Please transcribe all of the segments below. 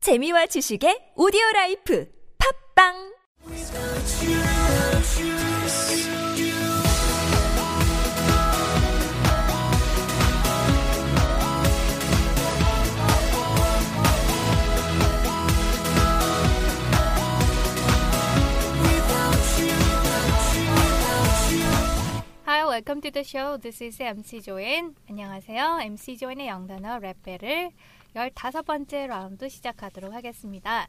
재미와 지식의 오디오 라이프 팝빵 Hi, welcome to the show. This is MC 조인. 안녕하세요. MC 조인의 영단어 랩벨을 15번째 라운드 시작하도록 하겠습니다.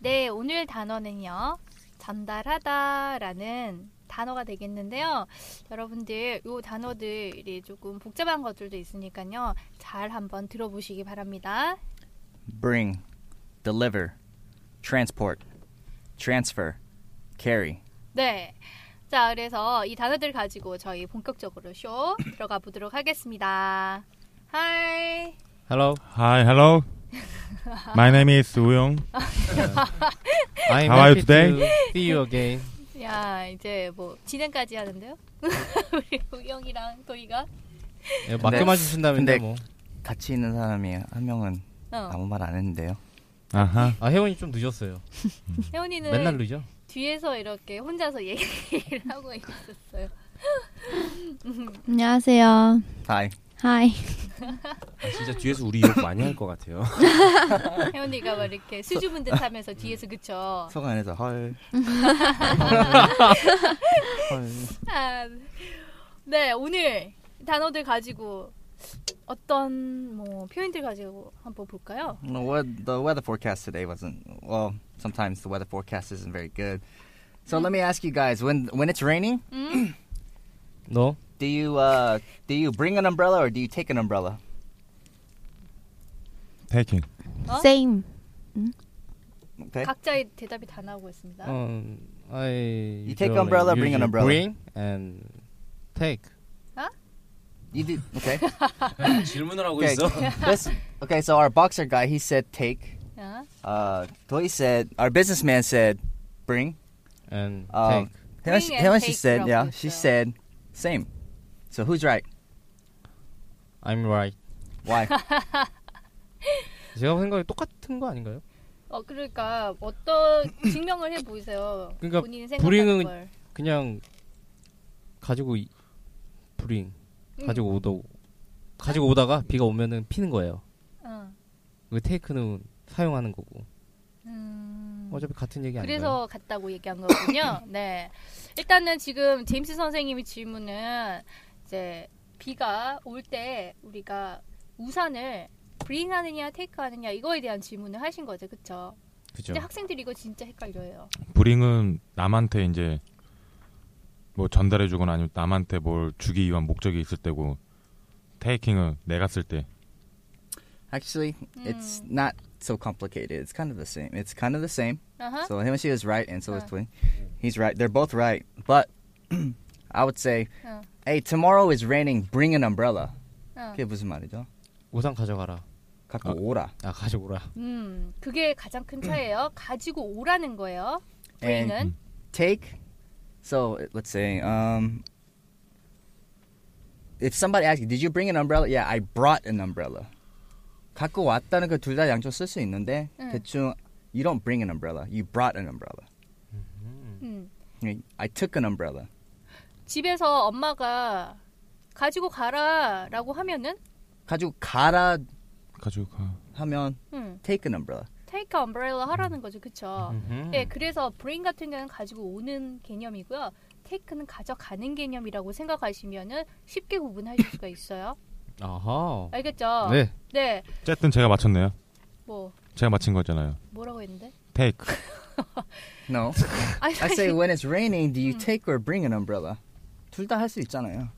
네, 오늘 단어는요. 전달하다라는 단어가 되겠는데요. 여러분들 이 단어들이 조금 복잡한 것들도 있으니까요. 잘 한번 들어보시기 바랍니다. bring, deliver, transport, transfer, carry. 네. 자, 그래서 이 단어들 가지고 저희 본격적으로 쇼 들어가 보도록 하겠습니다. Hi. Hello, Hi, hello. My name is Woo I'm How are you happy today? to see you again. 야 이제 뭐 진행까지 하는데요? 우리 우영이랑 도희가 어, 예, 맡겨만 주신다면 근데- 뭐. 같이 있는 사람이 한 명은 어. 아무 말 안 했는데요. 아하. 아 혜원이 좀 늦었어요. 혜원이는 맨날 늦죠. 뒤에서 이렇게 혼자서 얘기를 하고 있었어요. 안녕하세요. Hi. 하이. 아, 진짜 뒤에서 우리 욕 많이 할 것 같아요. 혜원이가 막 이렇게 수줍은 듯하면서 뒤에서 그쵸? 속 안에서 헐. 헐. 아, 네 오늘 단어들 가지고 어떤 뭐 표현들 가지고 한번 볼까요? The wea- The weather forecast today wasn't well. Sometimes the weather forecast isn't very good. So let me ask you guys: when when it's raining, 음, 너 do you uh, do you bring an umbrella or do you take an umbrella? Taking. 어? Same. Okay. 각자의 대답이 다 나오고 있습니다. um, I You take umbrella, usually bring an umbrella. Bring and take. You do. Okay. 질문을 하고 okay. 있어. This- okay. So our boxer guy, he said take. 아, Uh, Toy said, our businessman said, bring. and Um, take. Helen, Bring and Helen, she take said, from yeah, yourself. she said, same. So who's right? I'm right. Why? 제가 생각에 똑같은 거 아닌가요? 어 그러니까 어떤 증명을 해 보이세요. 그러니까 본인이 생각하는 불행은 걸. 그냥 가지고 이- bring 음, 가지고 오도 가지고 오다가 비가 오면은 피는 거예요. 어. 그 take는 사용하는 거고. 음. 어차피 같은 얘기 예, 아닌가요? 그래서 갔다고 얘기한 거군요. 네. 일단은 지금 제임스 선생님이 질문은 이제 비가 올 때 우리가 우산을 브링하느냐 테이크하느냐 이거에 대한 질문을 하신 거죠, 그렇죠? 그죠. 근데 학생들이 이거 진짜 헷갈려요. 브링은 남한테 이제 뭐 전달해 주거나 아니면 남한테 뭘 주기 위한 목적이 있을 때고 테이킹은 내가 쓸 때. Actually, it's Hmm. not so complicated. It's kind of the same. It's kind of the same. 아하. So Helen, she is right, and so is Huh. Twin. He's right. They're both right. But I would say, Huh. hey, tomorrow is raining. Bring an umbrella. Huh. 그게 무슨 말이죠? 우산 가져가라. 갖고 아. 오라. 아 가져오라. 음, 그게 가장 큰 차예요. 가지고 오라는 거예요. 브링은 take. So let's say, um, if somebody asks, you, "Did you bring an umbrella?" Yeah, I brought an umbrella. 갖고 왔다는 거 둘 다 양쪽 쓸 수 있는데 응. 대충 you don't bring an umbrella, you brought an umbrella. 음. I took an umbrella. 집에서 엄마가 가지고 가라라고 하면은 가지고 가라 가지고 가. 하면 음, take an umbrella. 테이크 엄브렐라 하라는 거죠, 그렇죠? 음흠. 네, 그래서 브레인 같은 경우는 가지고 오는 개념이고요. 테이크는 가져가는 개념이라고 생각하시면은 쉽게 구분하실 수가 있어요. 아하. 알겠죠? 네. 네, 어쨌든 제가 맞췄네요. 뭐 제가 맞힌 거잖아요. 뭐라고 했는데? 테이크. No, 아니, I say when it's raining, do you take or bring an umbrella? 둘 다 할 수 있잖아요.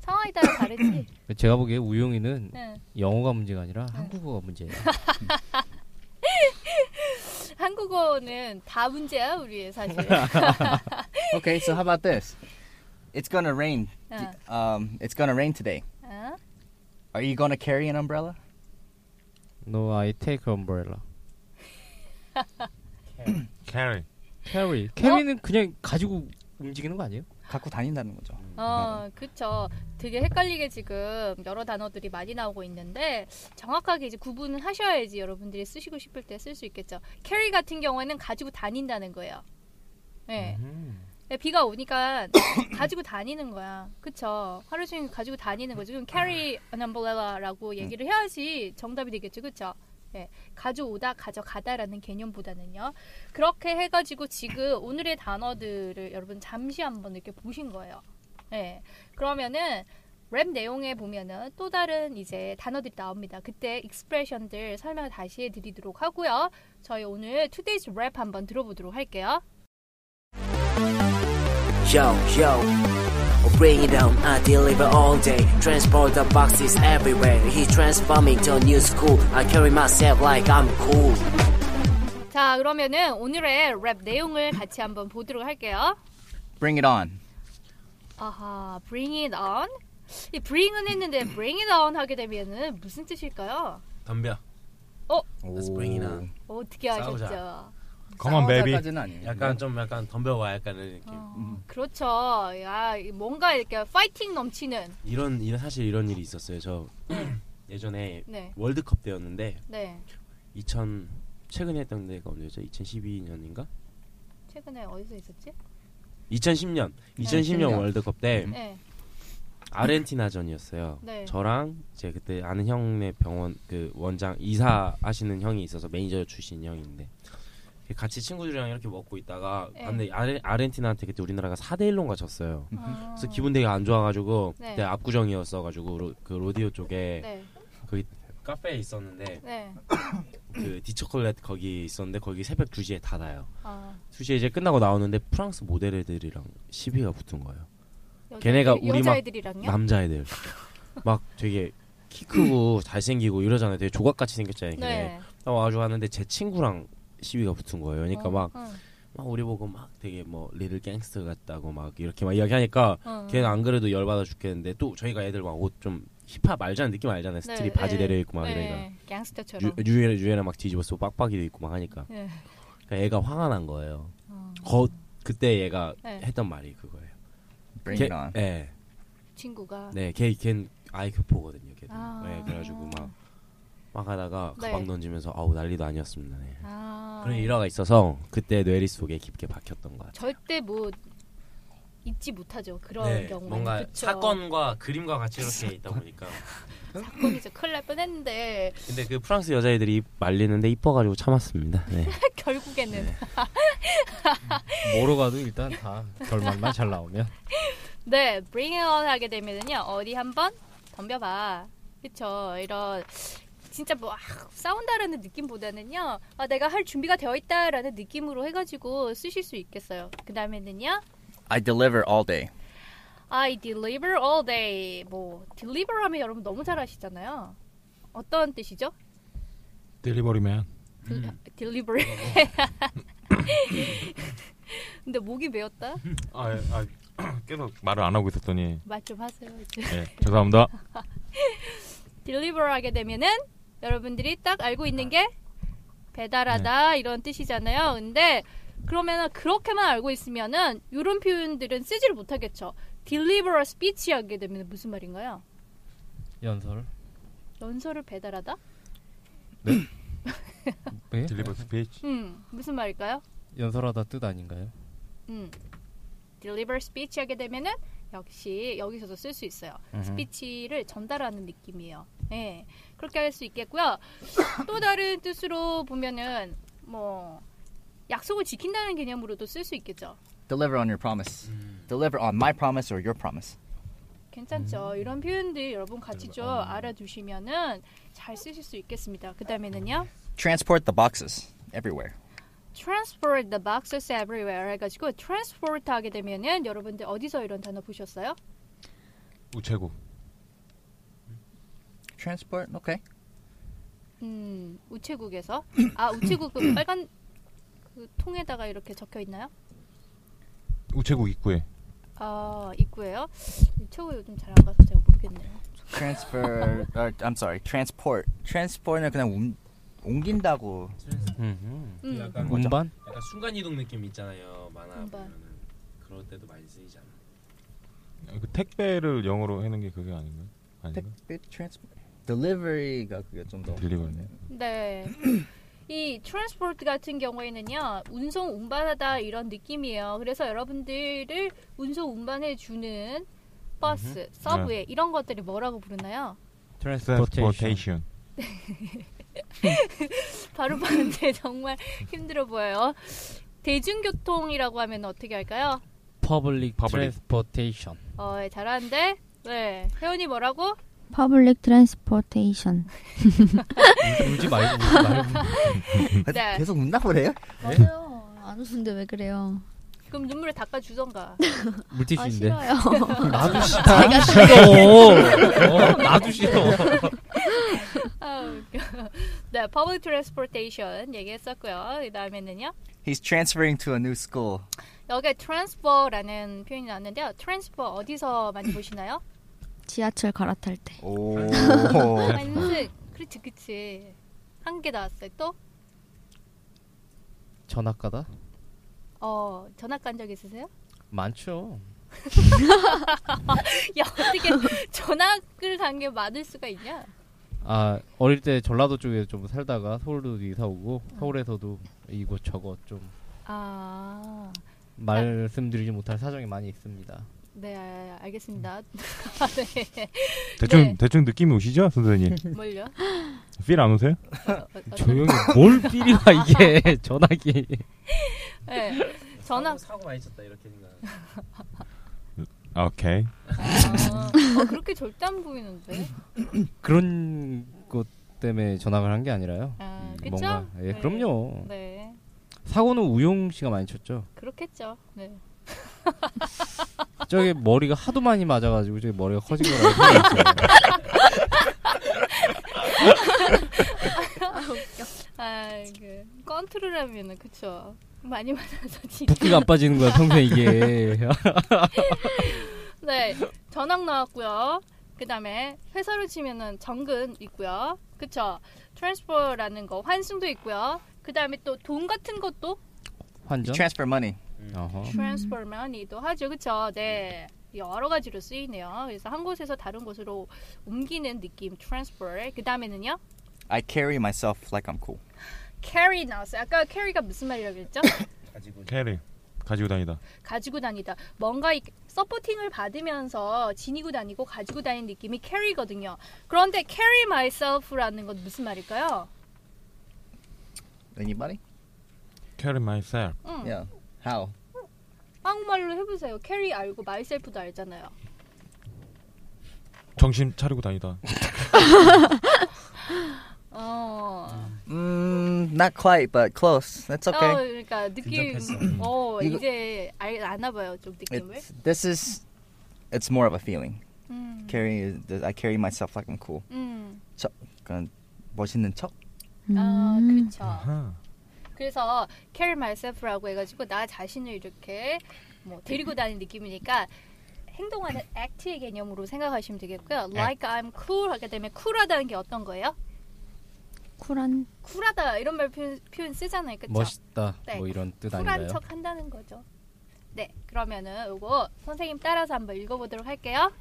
상황에 따라 다르지. 제가 보기에 우용이는 네. 영어가 문제가 아니라 한국어가 문제예요. 한국어는 다 문제야 우리 사실. Okay, so how about this? It's gonna rain. 아, Um, it's gonna rain today. 아. Are you gonna carry an umbrella? No, I take umbrella. 캐리. 어? Carry. Carry는 그냥 가지고 움직이는 거 아니에요? 갖고 다닌다는 거죠. 어, 그쵸. 되게 헷갈리게 지금 여러 단어들이 많이 나오고 있는데 정확하게 이제 구분을 하셔야지 여러분들이 쓰시고 싶을 때 쓸 수 있겠죠. 캐리 같은 경우에는 가지고 다닌다는 거예요. 예. 네, 비가 오니까 가지고 다니는 거야. 그쵸. 하루 종일 가지고 다니는 거죠. 그럼 carry an umbrella라고 얘기를 해야지 정답이 되겠죠. 그쵸. 예. 가져오다, 가져가다라는 개념보다는요. 그렇게 해가지고 지금 오늘의 단어들을 여러분 잠시 한번 이렇게 보신 거예요. 예. 그러면은 랩 내용에 보면은 또 다른 이제 단어들이 나옵니다. 그때 익스프레션들 설명을 다시 해드리도록 하고요. 저희 오늘 투데이즈 랩 한번 들어보도록 할게요. Yo, yo. Bring it on, I deliver all day. Transport the boxes everywhere. He transforming to a new school. I carry myself like I'm cool. 자, 그러면은 오늘의 랩 내용을 같이 한번 보도록 할게요. Bring it on. 아하, bring it on. 이 bring은 했는데 bring it on 하게 되면은 무슨 뜻일까요? 덤벼. Let's bring it on. 어떻게 싸우자. 아셨죠? Come on, baby. 싸우자까지는 아니에요. 약간 좀 약간 덤벼와 약간 이런 느낌. 그렇죠. 야, 이 뭔가 이렇게 파이팅 넘치는. 이런 이런 사실 이런 일이 있었어요. 저 예전에 네, 월드컵 때였는데 네. 2000 최근에 했던 데가 언제죠? 2012년인가? 최근에 어디서 있었지? 2010년 2010년 월드컵 때 네, 아르헨티나전이었어요. 네. 저랑 이제 그때 아는 형네 병원 그 원장 이사 하시는 형이 있어서 매니저 출신 형인데 같이 친구들이랑 이렇게 먹고 있다가 네. 근데 아르, 아르헨티나한테 그때 우리나라가 4대 1로가 졌어요. 아, 그래서 기분 되게 안 좋아가지고 네. 그때 압구정이었어가지고 로, 그 로디오 쪽에 네, 거기 카페에 있었는데 네. 그 디초콜렛 거기 있었는데 거기 새벽 2시에 닫아요. 아, 2시에 이제 끝나고 나오는데 프랑스 모델애들이랑 시비가 붙은 거예요. 여- 걔네가 우리 막 여자애들이랑요? 남자애들 막 되게 키 크고 잘생기고 이러잖아요. 되게 조각같이 생겼잖아요. 걔네. 음. 네. 나 와주 하는데 제 친구랑 시비가 붙은 거예요. 그러니까 어, 막, 응, 막 우리 보고 막 되게 뭐 리들 갱스터 같다고 막 이렇게 막 이야기하니까 응. 걔는 안 그래도 열받아 죽겠는데 또 저희가 애들 막 옷 좀 힙합 알잖아 느낌 알잖아요. 스트릿 바지 네. 내려입고 막 이러니까 네, 갱스터처럼. 유- 유엔에 유엔에 막 뒤집어 쓰고 빡빡이도 있고 막 하니까 네. 그러니까 애가 화가 난 거예요. 어, 거 그때 얘가 네. 했던 말이 그거예요. Bring it 걔- on. 네. 친구가. 네, 걔, 걔 아이 교포거든요, 걔도. 아. 네, 그래가지고 막, 막 하다가 네. 가방 던지면서 아우 난리도 아니었습니다. 네. 아. 그런 일화가 있어서 그때 뇌리 속에 깊게 박혔던 것 같아요. 절대 뭐 잊지 못하죠. 그런 경우는 그쵸? 네, 사건과 그림과 같이 이렇게 있다 보니까. 사건이죠. 큰일 날 뻔했는데 근데 그 프랑스 여자애들이 말리는데 이뻐가지고 참았습니다. 네. 결국에는 네. 뭐로 가도 일단 다 결말만 잘 나오면 네, bring it on 하게 되면은요 어디 한번 덤벼봐. 그쵸 이런 진짜 뭐 아, 싸운다라는 느낌보다는요 아, 내가 할 준비가 되어 있다라는 느낌으로 해가지고 쓰실 수 있겠어요. 그 다음에는요 I deliver all day. I deliver all day. 뭐 deliver 하면 여러분 너무 잘 아시잖아요. 어떤 뜻이죠? 딜리버리맨. 딜- 딜리버리. 근데 목이 메었다. 아, 아 계속 말을 안 하고 있었더니 말 좀 하세요. 이제. 예, 죄송합니다. 딜리버리 하게 되면은 여러분들이 딱 알고 있는 게 배달하다 이런 뜻이잖아요. 근데 그러면은 그렇게만 알고 있으면은 이런 표현들은 쓰지를 못하겠죠. deliver a speech 하게 되면 무슨 말인가요? 연설. 연설을 배달하다? 네? 딜리버 스피치. 음 무슨 말일까요? 연설하다 뜻 아닌가요? 음. deliver speech 하게 되면은 역시 여기서도 쓸 수 있어요. 스피치를 전달하는 느낌이에요. 예. 그렇게 할 수 있겠고요. 또 다른 뜻으로 보면은 뭐 약속을 지킨다는 개념으로도 쓸 수 있겠죠. Deliver on your promise. Deliver on my promise or your promise. 괜찮죠. 이런 표현들 여러분 같이 좀 알아두시면은 잘 쓰실 수 있겠습니다. 그다음에는요. Transport the boxes everywhere. transport the boxes everywhere 해 가지고 transport 하게 되면은 여러분들 어디서 이런 단어 보셨어요? 우체국. Transport. Okay. 음, 우체국에서 아 우체국 그 빨간 그 통에다가 이렇게 적혀 있나요? 우체국 입구에. 아 입구에요? 우체국 요즘 잘 안 가서 제가 모르겠네요. Transfer. or, I'm sorry. Transport. Transport는 그냥 움, 옮긴다고. 음, 운반? 약간 순간이동 느낌 있잖아요. 만화 금방. 그럴 때도 많이 쓰이잖아. 그 택배를 영어로 하는 게 그게 아닌가요? 아닌가? 택배 트랜스 딜리버리가 그게 좀더 딜리버리. 네. 이 트랜스포트 같은 경우에는요 운송 운반하다 이런 느낌이에요. 그래서 여러분들을 운송 운반해 주는 버스, 서브웨이 이런 것들이 뭐라고 부르나요? Transportation. 바로 봤는데 정말 힘들어 보여요. 대중교통이라고 하면 어떻게 할까요? Public Public. Transportation. 어, 예, 잘하는데. 네. 혜원이 뭐라고? Public Transportation. 울- 울지 말고 울지 말고. 네. 계속 웃나 보래요? 맞아요. 안 웃는데 왜 그래요? 그럼 눈물을 닦아 주던가. 아 물티슈인데. 싫어요. 나도 싫어. 나도 싫어. 어, 나도 싫어. 아, 웃겨. 네, public transportation 얘기했었고요. 그 다음에는요. He's transferring to a new school. 여기에 transfer라는 표현이 나왔는데요. transfer 어디서 많이 보시나요? 지하철 갈아탈 때. 오. 한승. 그렇지, 그렇지. 한 개 나왔어요. 또? 전학가다? 어, 전학 간 적 있으세요? 많죠. 야, 어떻게 전학을 간 게 많을 수가 있냐? 아 어릴 때 전라도 쪽에 좀 살다가 서울도 이사 오고 서울에서도 이곳 저곳 좀 아, 말씀드리지 못할 사정이 많이 있습니다. 네, 알겠습니다. 아, 대충 네. 대충 느낌이 오시죠, 선생님? 뭘요? 필 안 오세요? 어, 어, 조용히 뭘 삐리와 이게 전화기. 네. 전학. 어, 사고 많이 쳤다 이렇게 생각. 오케이. 아, 어, 그렇게 절대 안 보이는데. 그런 것 때문에 전학을 한 게 아니라요. 아, 그쵸? 뭔가 예 네. 그럼요. 네, 사고는 우용 씨가 많이 쳤죠. 그렇겠죠. 네. 저게 머리가 하도 많이 맞아가지고 저기 머리가 커진 거라고 생각했어요. 아, 그 컨트롤하면은 그쵸. 많이 만나서 진짜. 붓기가 안 빠지는 거야 평생 이게. 네, 전학 나왔고요. 그다음에 회사로 치면은 정근 있고요. 그쵸. 트랜스퍼라는 거 환승도 있고요. 그다음에 또 돈 같은 것도 환전. transfer money. 어허. 트랜스퍼머니도 하죠. 그쵸. 네. 여러 가지로 쓰이네요. 그래서 한 곳에서 다른 곳으로 옮기는 느낌 트랜스퍼. 그다음에는요. I carry myself like I'm cool. 캐리 나왔어요. 아까 캐리가 무슨 말이라고 했죠? 캐리 가지고 다니다. 가지고 다니다. 뭔가 이- 서포팅을 받으면서 지니고 다니고 가지고 다니는 느낌이 캐리거든요. 그런데 carry myself라는 건 무슨 말일까요? Anybody? Carry myself. 음, Yeah. How? 한국말로 해보세요. carry 알고 myself도 알잖아요. 정신 차리고 다니다. 어, 아, Mm, not quite, but close. That's 어 okay. 그러니까 느낌, 근접했어. 어 이거- 이제 알, 아나 봐요 좀 느낌을. It's, this is. It's more of a feeling. 음, Carry. is- I carry myself like I'm cool. 음, 그러니까 멋있는 척. 음. 아 음. 그렇죠. 아하. 그래서 carry myself라고 해가지고 나 자신을 이렇게 뭐 데리고 다니는 느낌이니까 행동하는 act의 개념으로 생각하시면 되겠고요. 네. Like I'm cool 하게 되면 쿨하다는 게 어떤 거예요? 쿨한 쿨하다 이런 말 표현, 표현 쓰잖아요. 그쵸? 멋있다. 네. 뭐 이런 뜻 쿨한 아닌가요? 척 한다는 거죠. 네, 그러면은 이거 선생님 따라서 한번 읽어보도록 할게요.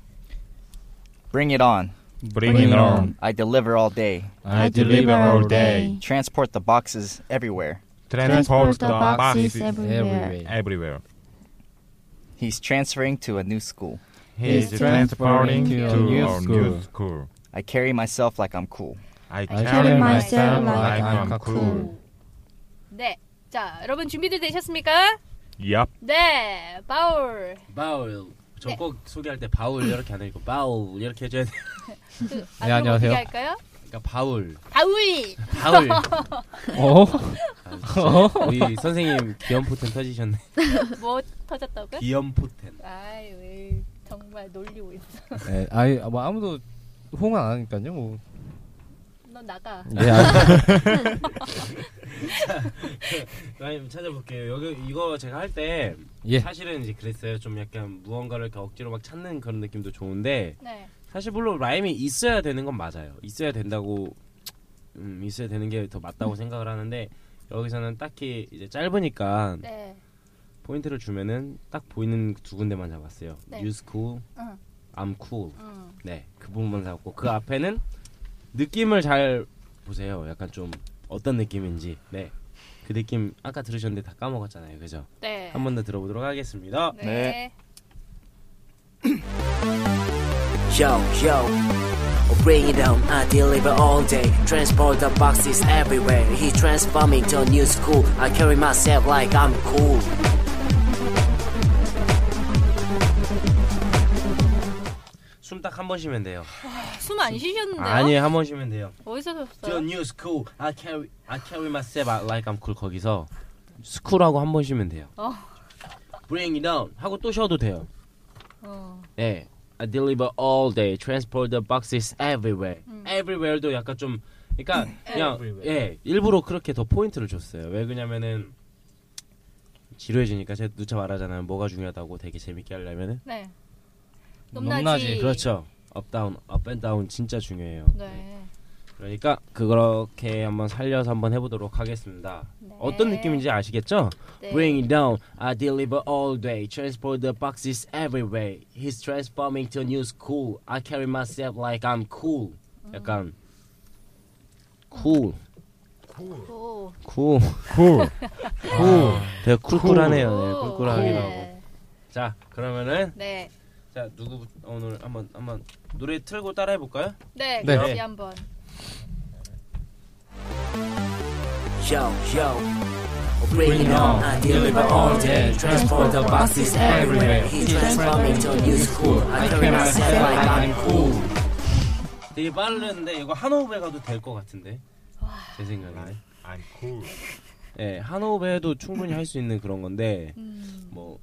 Bring it on. Bring it on. I deliver all day. I deliver all day. Transport the boxes everywhere. Transport the boxes boxes everywhere. Everywhere. everywhere. He's transferring to a new school. He's transporting to our new school. I carry myself like I'm cool. I carry carry myself myself like like I'm I'm cool. cool. 네, 자 여러분 준비들 되셨습니까? Yup. 네, 바울. 바울. 네. 저꼭 소개할 때 바울 이렇게 안 읽고 바울 이렇게 해줘야 돼. 그, 네, 안녕하세요. 어떻게 할까요? 그러니까 바울. 바울. 바울. 어? 아, 진짜. Oh? 우리 선생님 기염포텐 터지셨네. 뭐 터졌다고요? 기염포텐. 아이 왜 정말 놀리고 있어. 네, 아니 뭐 아무도 호응 안 하니까요. 뭐. 너 나가. 네, 아, 선생님 찾아볼게요. 여기 이거 제가 할 때 예. 사실은 이제 그랬어요. 좀 약간 무언가를 이렇게 억지로 막 찾는 그런 느낌도 좋은데 네. 사실 물론 라임이 있어야 되는 건 맞아요. 있어야 된다고 음, 있어야 되는 게 더 맞다고 생각을 하는데 여기서는 딱히 이제 짧으니까 네. 포인트를 주면은 딱 보이는 두 군데만 잡았어요. 네. You's cool, 응. I'm cool. 음. 네, 그 부분만 잡고 그 앞에는 느낌을 잘 보세요. 약간 좀 어떤 느낌인지. 네, 그 느낌 아까 들으셨는데 다 까먹었잖아요, 그죠? 네. 한 번 더 들어보도록 하겠습니다. 네. 네. Yo, yo, bring it on, I deliver all day. Transport the boxes everywhere. He transforming to a new school. I carry myself like I'm cool. 숨 딱 한 번 쉬면 돼요. 숨 안 쉬셨는데요? 아니에요, 한 번 쉬면 돼요. 어디서 저 셨어요 new school, I carry, I carry myself out like I'm cool 거기서 스쿨하고 한 번 쉬면 돼요. 어. Bring it on 하고 또 쉬어도 돼요. 어. 네. I deliver all day, transport the boxes everywhere. 음. Everywhere도 약간 좀 그러니까 그냥 예 일부러 그렇게 더 포인트를 줬어요. 왜 그냐면은 지루해지니까 제가 누차 말하잖아요. 뭐가 중요하다고 되게 재밌게 하려면은 네. 넘나지. 넘나지. 그렇죠. 업다운, 업앤다운 진짜 중요해요. 네. 그러니까 그렇게 한번 살려서 한번 해보도록 하겠습니다. 네. 어떤 느낌인지 아시겠죠? 네. Bring it down. I deliver all day. Transport the boxes everywhere. He's transforming to a new school. I carry myself like I'm cool. 약간 cool, 오. cool, 쿨. cool. 되게 쿨쿨하네요. 네, 오. 쿨쿨하기도 하고. 네. 자, 그러면은 네. 자 누구 어, 오늘 한번 한번 노래 틀고 따라해 볼까요? 네. 네. 다시 한번. Yo, yo, bring it on, I deliver all 네, day. Transport the boxes everywhere. He transforming to a new school. I carry myself like I'm cool. 되게 빠르는데 이거 한호흡에 가도 될 것 같은데 제 생각에는 I'm cool. 예 한호흡에 해도 충분히 할 수 있는 그런 건데 음. 뭐좀예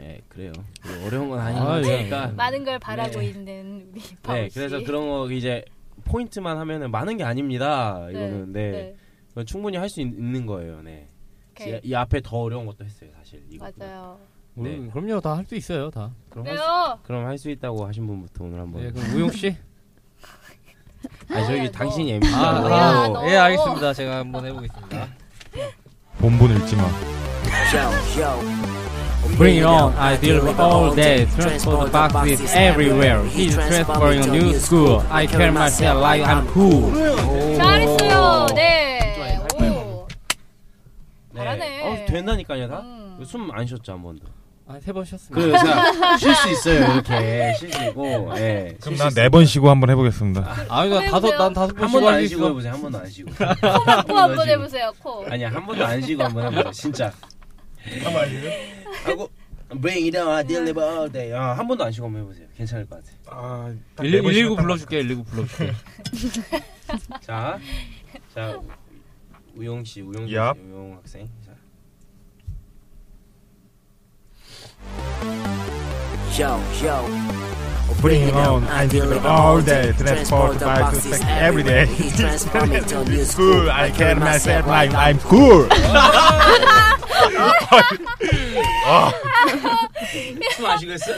예, 그래요 이거 어려운 건 아, 예. 아니니까 많은 걸 바라고 있는 우리 바우 네 씨. 그래서 그런 거 이제 포인트만 하면은 많은 게 아닙니다 네, 이거는 네, 이건 충분히 할 수 있는 거예요 네. 오케이. 이, 이 앞에 더 어려운 것도 했어요 사실 이거 맞아요. 우리- 네. 뭐, 그럼요 다 할 수 있어요 다. 그럼 할 수, 네요. 그럼 할 수 있다고 하신 분부터 오늘 한번 네, 그럼 우용 씨. 아 뭐야, 저기 너. 당신이 아, MC라고 뭐야, 너. 예 알겠습니다. 제가 한번 해보겠습니다. 본분 읽지 마. Yo, yo. Bring it on, I deliver all day, transport the boxes everywhere. He's transferring a new school. I carry myself like I'm cool. 잘했어요. 네. 오. 네. 잘하네. 어, 된다니까요 다. 음. 숨 안 쉬었죠 한 번도. 아, 세번 쉬었습니다. 그래요. 쉴수 있어요 이렇게 쉴 수 있고. 예. 그럼 난 네 번 쉬고 한번 해보겠습니다. 아, 이거 해보세요. 다섯 난 다섯 번 한 쉬고 번도 안 할수 있어. 쉬고 해보세요. 한 번도 안 쉬고. 코 한번 해보세요. 코. 아니야 한 번도 안 쉬고 한번 해보세요. 진짜. 하고 bring it on, I deliver all day. 아, 한 번도 안 쉬고 한번 해보세요. 괜찮을 것 같아. 119 119 불러줄게. 119 불러줄게. 자, 자 우- 우용 씨, 우용 씨, Yup. 우용 학생. 자, Yo, yo. Bring it on, I deliver all day. Transport the boxes every day. He transforming to a new Cool, school. I carry myself like I'm cool. 숨 안 쉬고 했어? 오,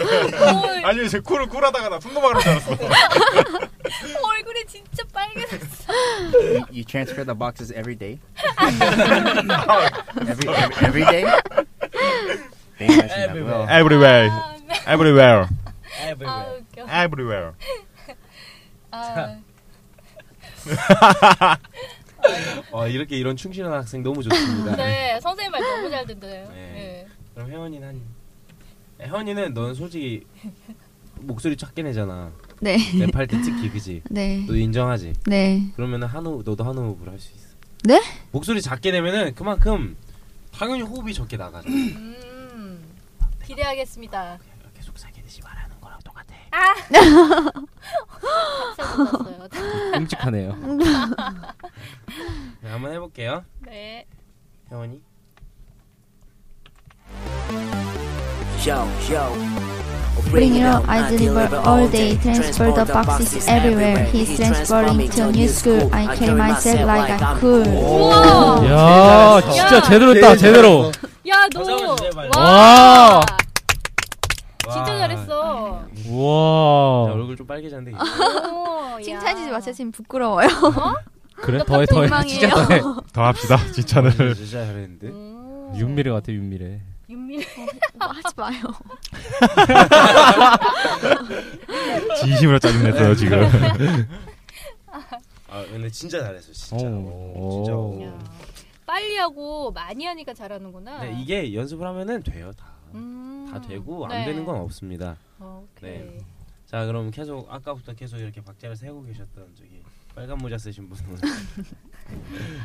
아니 제 쿨을 쿨하다가 나 순금하러 알았어. 얼굴이 진짜 빨개졌어. You, you transfer the boxes every day? every, every, every day? They mentioned that. Every Well, Everywhere, everywhere, 아 Everywhere. 웃겨. everywhere. 아, 어 이렇게 이런 충실한 학생 너무 좋습니다. 네 선생님 말 너무 잘 듣네요. 네. 네. 그럼 혜원이는 한 야, 혜원이는 넌 솔직히 목소리 작게 내잖아. 네, 랩할 때 특히 그지. 네, 너 인정하지. 네. 그러면은 한호흡 너도 한호흡을 할 수 있어. 네? 목소리 작게 내면은 그만큼 당연히 호흡이 적게 나가죠. 네, 음, 기대하겠습니다. 계속 사게 되지 말하는 거랑 똑같아. 아, 박살 났어요. 끔찍하네요. 네, 한번 해볼게요. 네. 혜원이. Yo, yo. Bring it on, I deliver all day. Transport the boxes everywhere. He's transporting to a new school. I carry myself like I'm cool. 우와. 야, 진짜 제대로 했다. 제대로. 야 너. 잠깐만 기다려봐요. 와. 와. 진짜 아, 잘했어. 야, 우와. 얼굴 좀 빨개졌는데. 이게. 오, 칭찬해주지 야. 마세요. 지금 부끄러워요. 그래? 더해 더해. 민망해요. 진짜 더해. 더 합시다. 진짜는. 진짜 잘했는데. 오. 윤미래 같아 윤미래. 윤미래 하지 마요. 진심으로 짜증냈어요 지금. 아 근데 진짜 잘했어 진짜. 오. 오, 진짜. 오. 오. 빨리 하고 많이 하니까 잘하는구나. 근데 네, 이게 연습을 하면은 돼요 다. 음. 다 되고 안 네. 어, 되는 건 없습니다. 오케이. 네. 자 그럼 계속 아까부터 계속 이렇게 박자를 세고 계셨던 저기 빨간 모자 쓰신 분은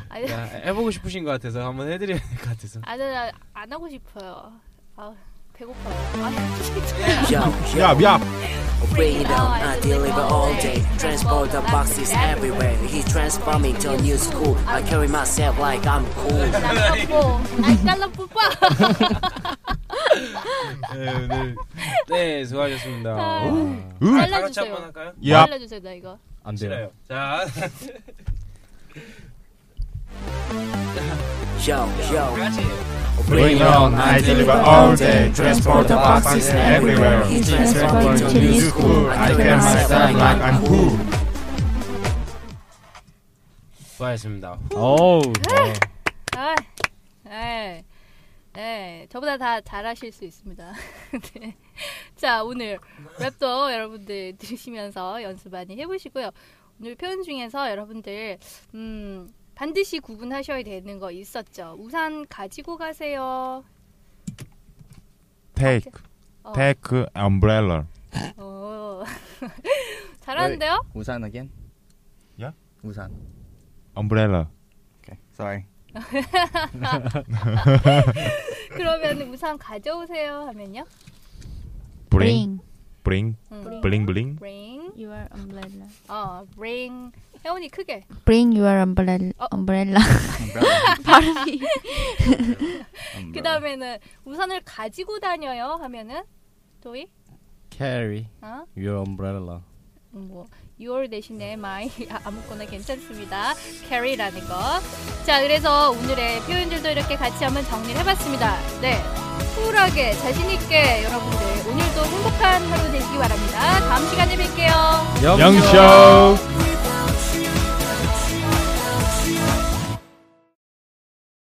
아니, 야, 해보고 싶으신 것 같아서 한번 해드려야 될 것 같아서. 아니 나안 하고 싶어요. 아 배고파요. 아, Yo, yo, 얍, 얍. bring it on, I deliver all day. Transport the boxes everywhere. He transforming to a new school. I carry myself like I'm cool. 뽀뽀. 아이 달라 뽀뽀. 네, 음. 오늘 네 수고하셨습니다. 아. 와. 다 같이 잘라주세요. 한번 할까요? 네. 얍. 잘라주세요 나 이거. 안 돼요. 싫어요. 자 Yo, yo. 같이. Bring it on, I deliver all day. Transport the boxes everywhere. He transforming transforming to to a new new school. I carry myself like I'm cool. 수고하셨습니다. 어우. 네. 아, 네, 네, 저보다 다 잘하실 수 있습니다. 네. 자, 오늘 랩도 여러분들 들으시면서 연습 많이 해보시고요. 오늘 표현 중에서 여러분들 음, 반드시 구분하셔야 되는 거 있었죠. 우산 가지고 가세요. Take, 어, take umbrella. 어. 잘하는데요? 우산 again? Yeah? 우산. Umbrella. Okay. Sorry. 그러면 우산 가져오세요 하면요. Bring, Bring bring, 음, bling bling. bring, your umbrella. 어, bring. 혜원이 크게. Bring your umbrella. umbrella. Umbrella. 발음이 Umbrella. 그 다음에는 우산을 가지고 다녀요 하면은 도이 Carry 어? your umbrella. 뭐 your 대신에 my 아, 아무거나 괜찮습니다 carry라는 거자 그래서 오늘의 표현들도 이렇게 같이 한번 정리를 해봤습니다 네 쿨하게 자신 있게 여러분들 오늘도 행복한 하루 되시기 바랍니다 다음 시간에 뵐게요 영쇼. 영쇼.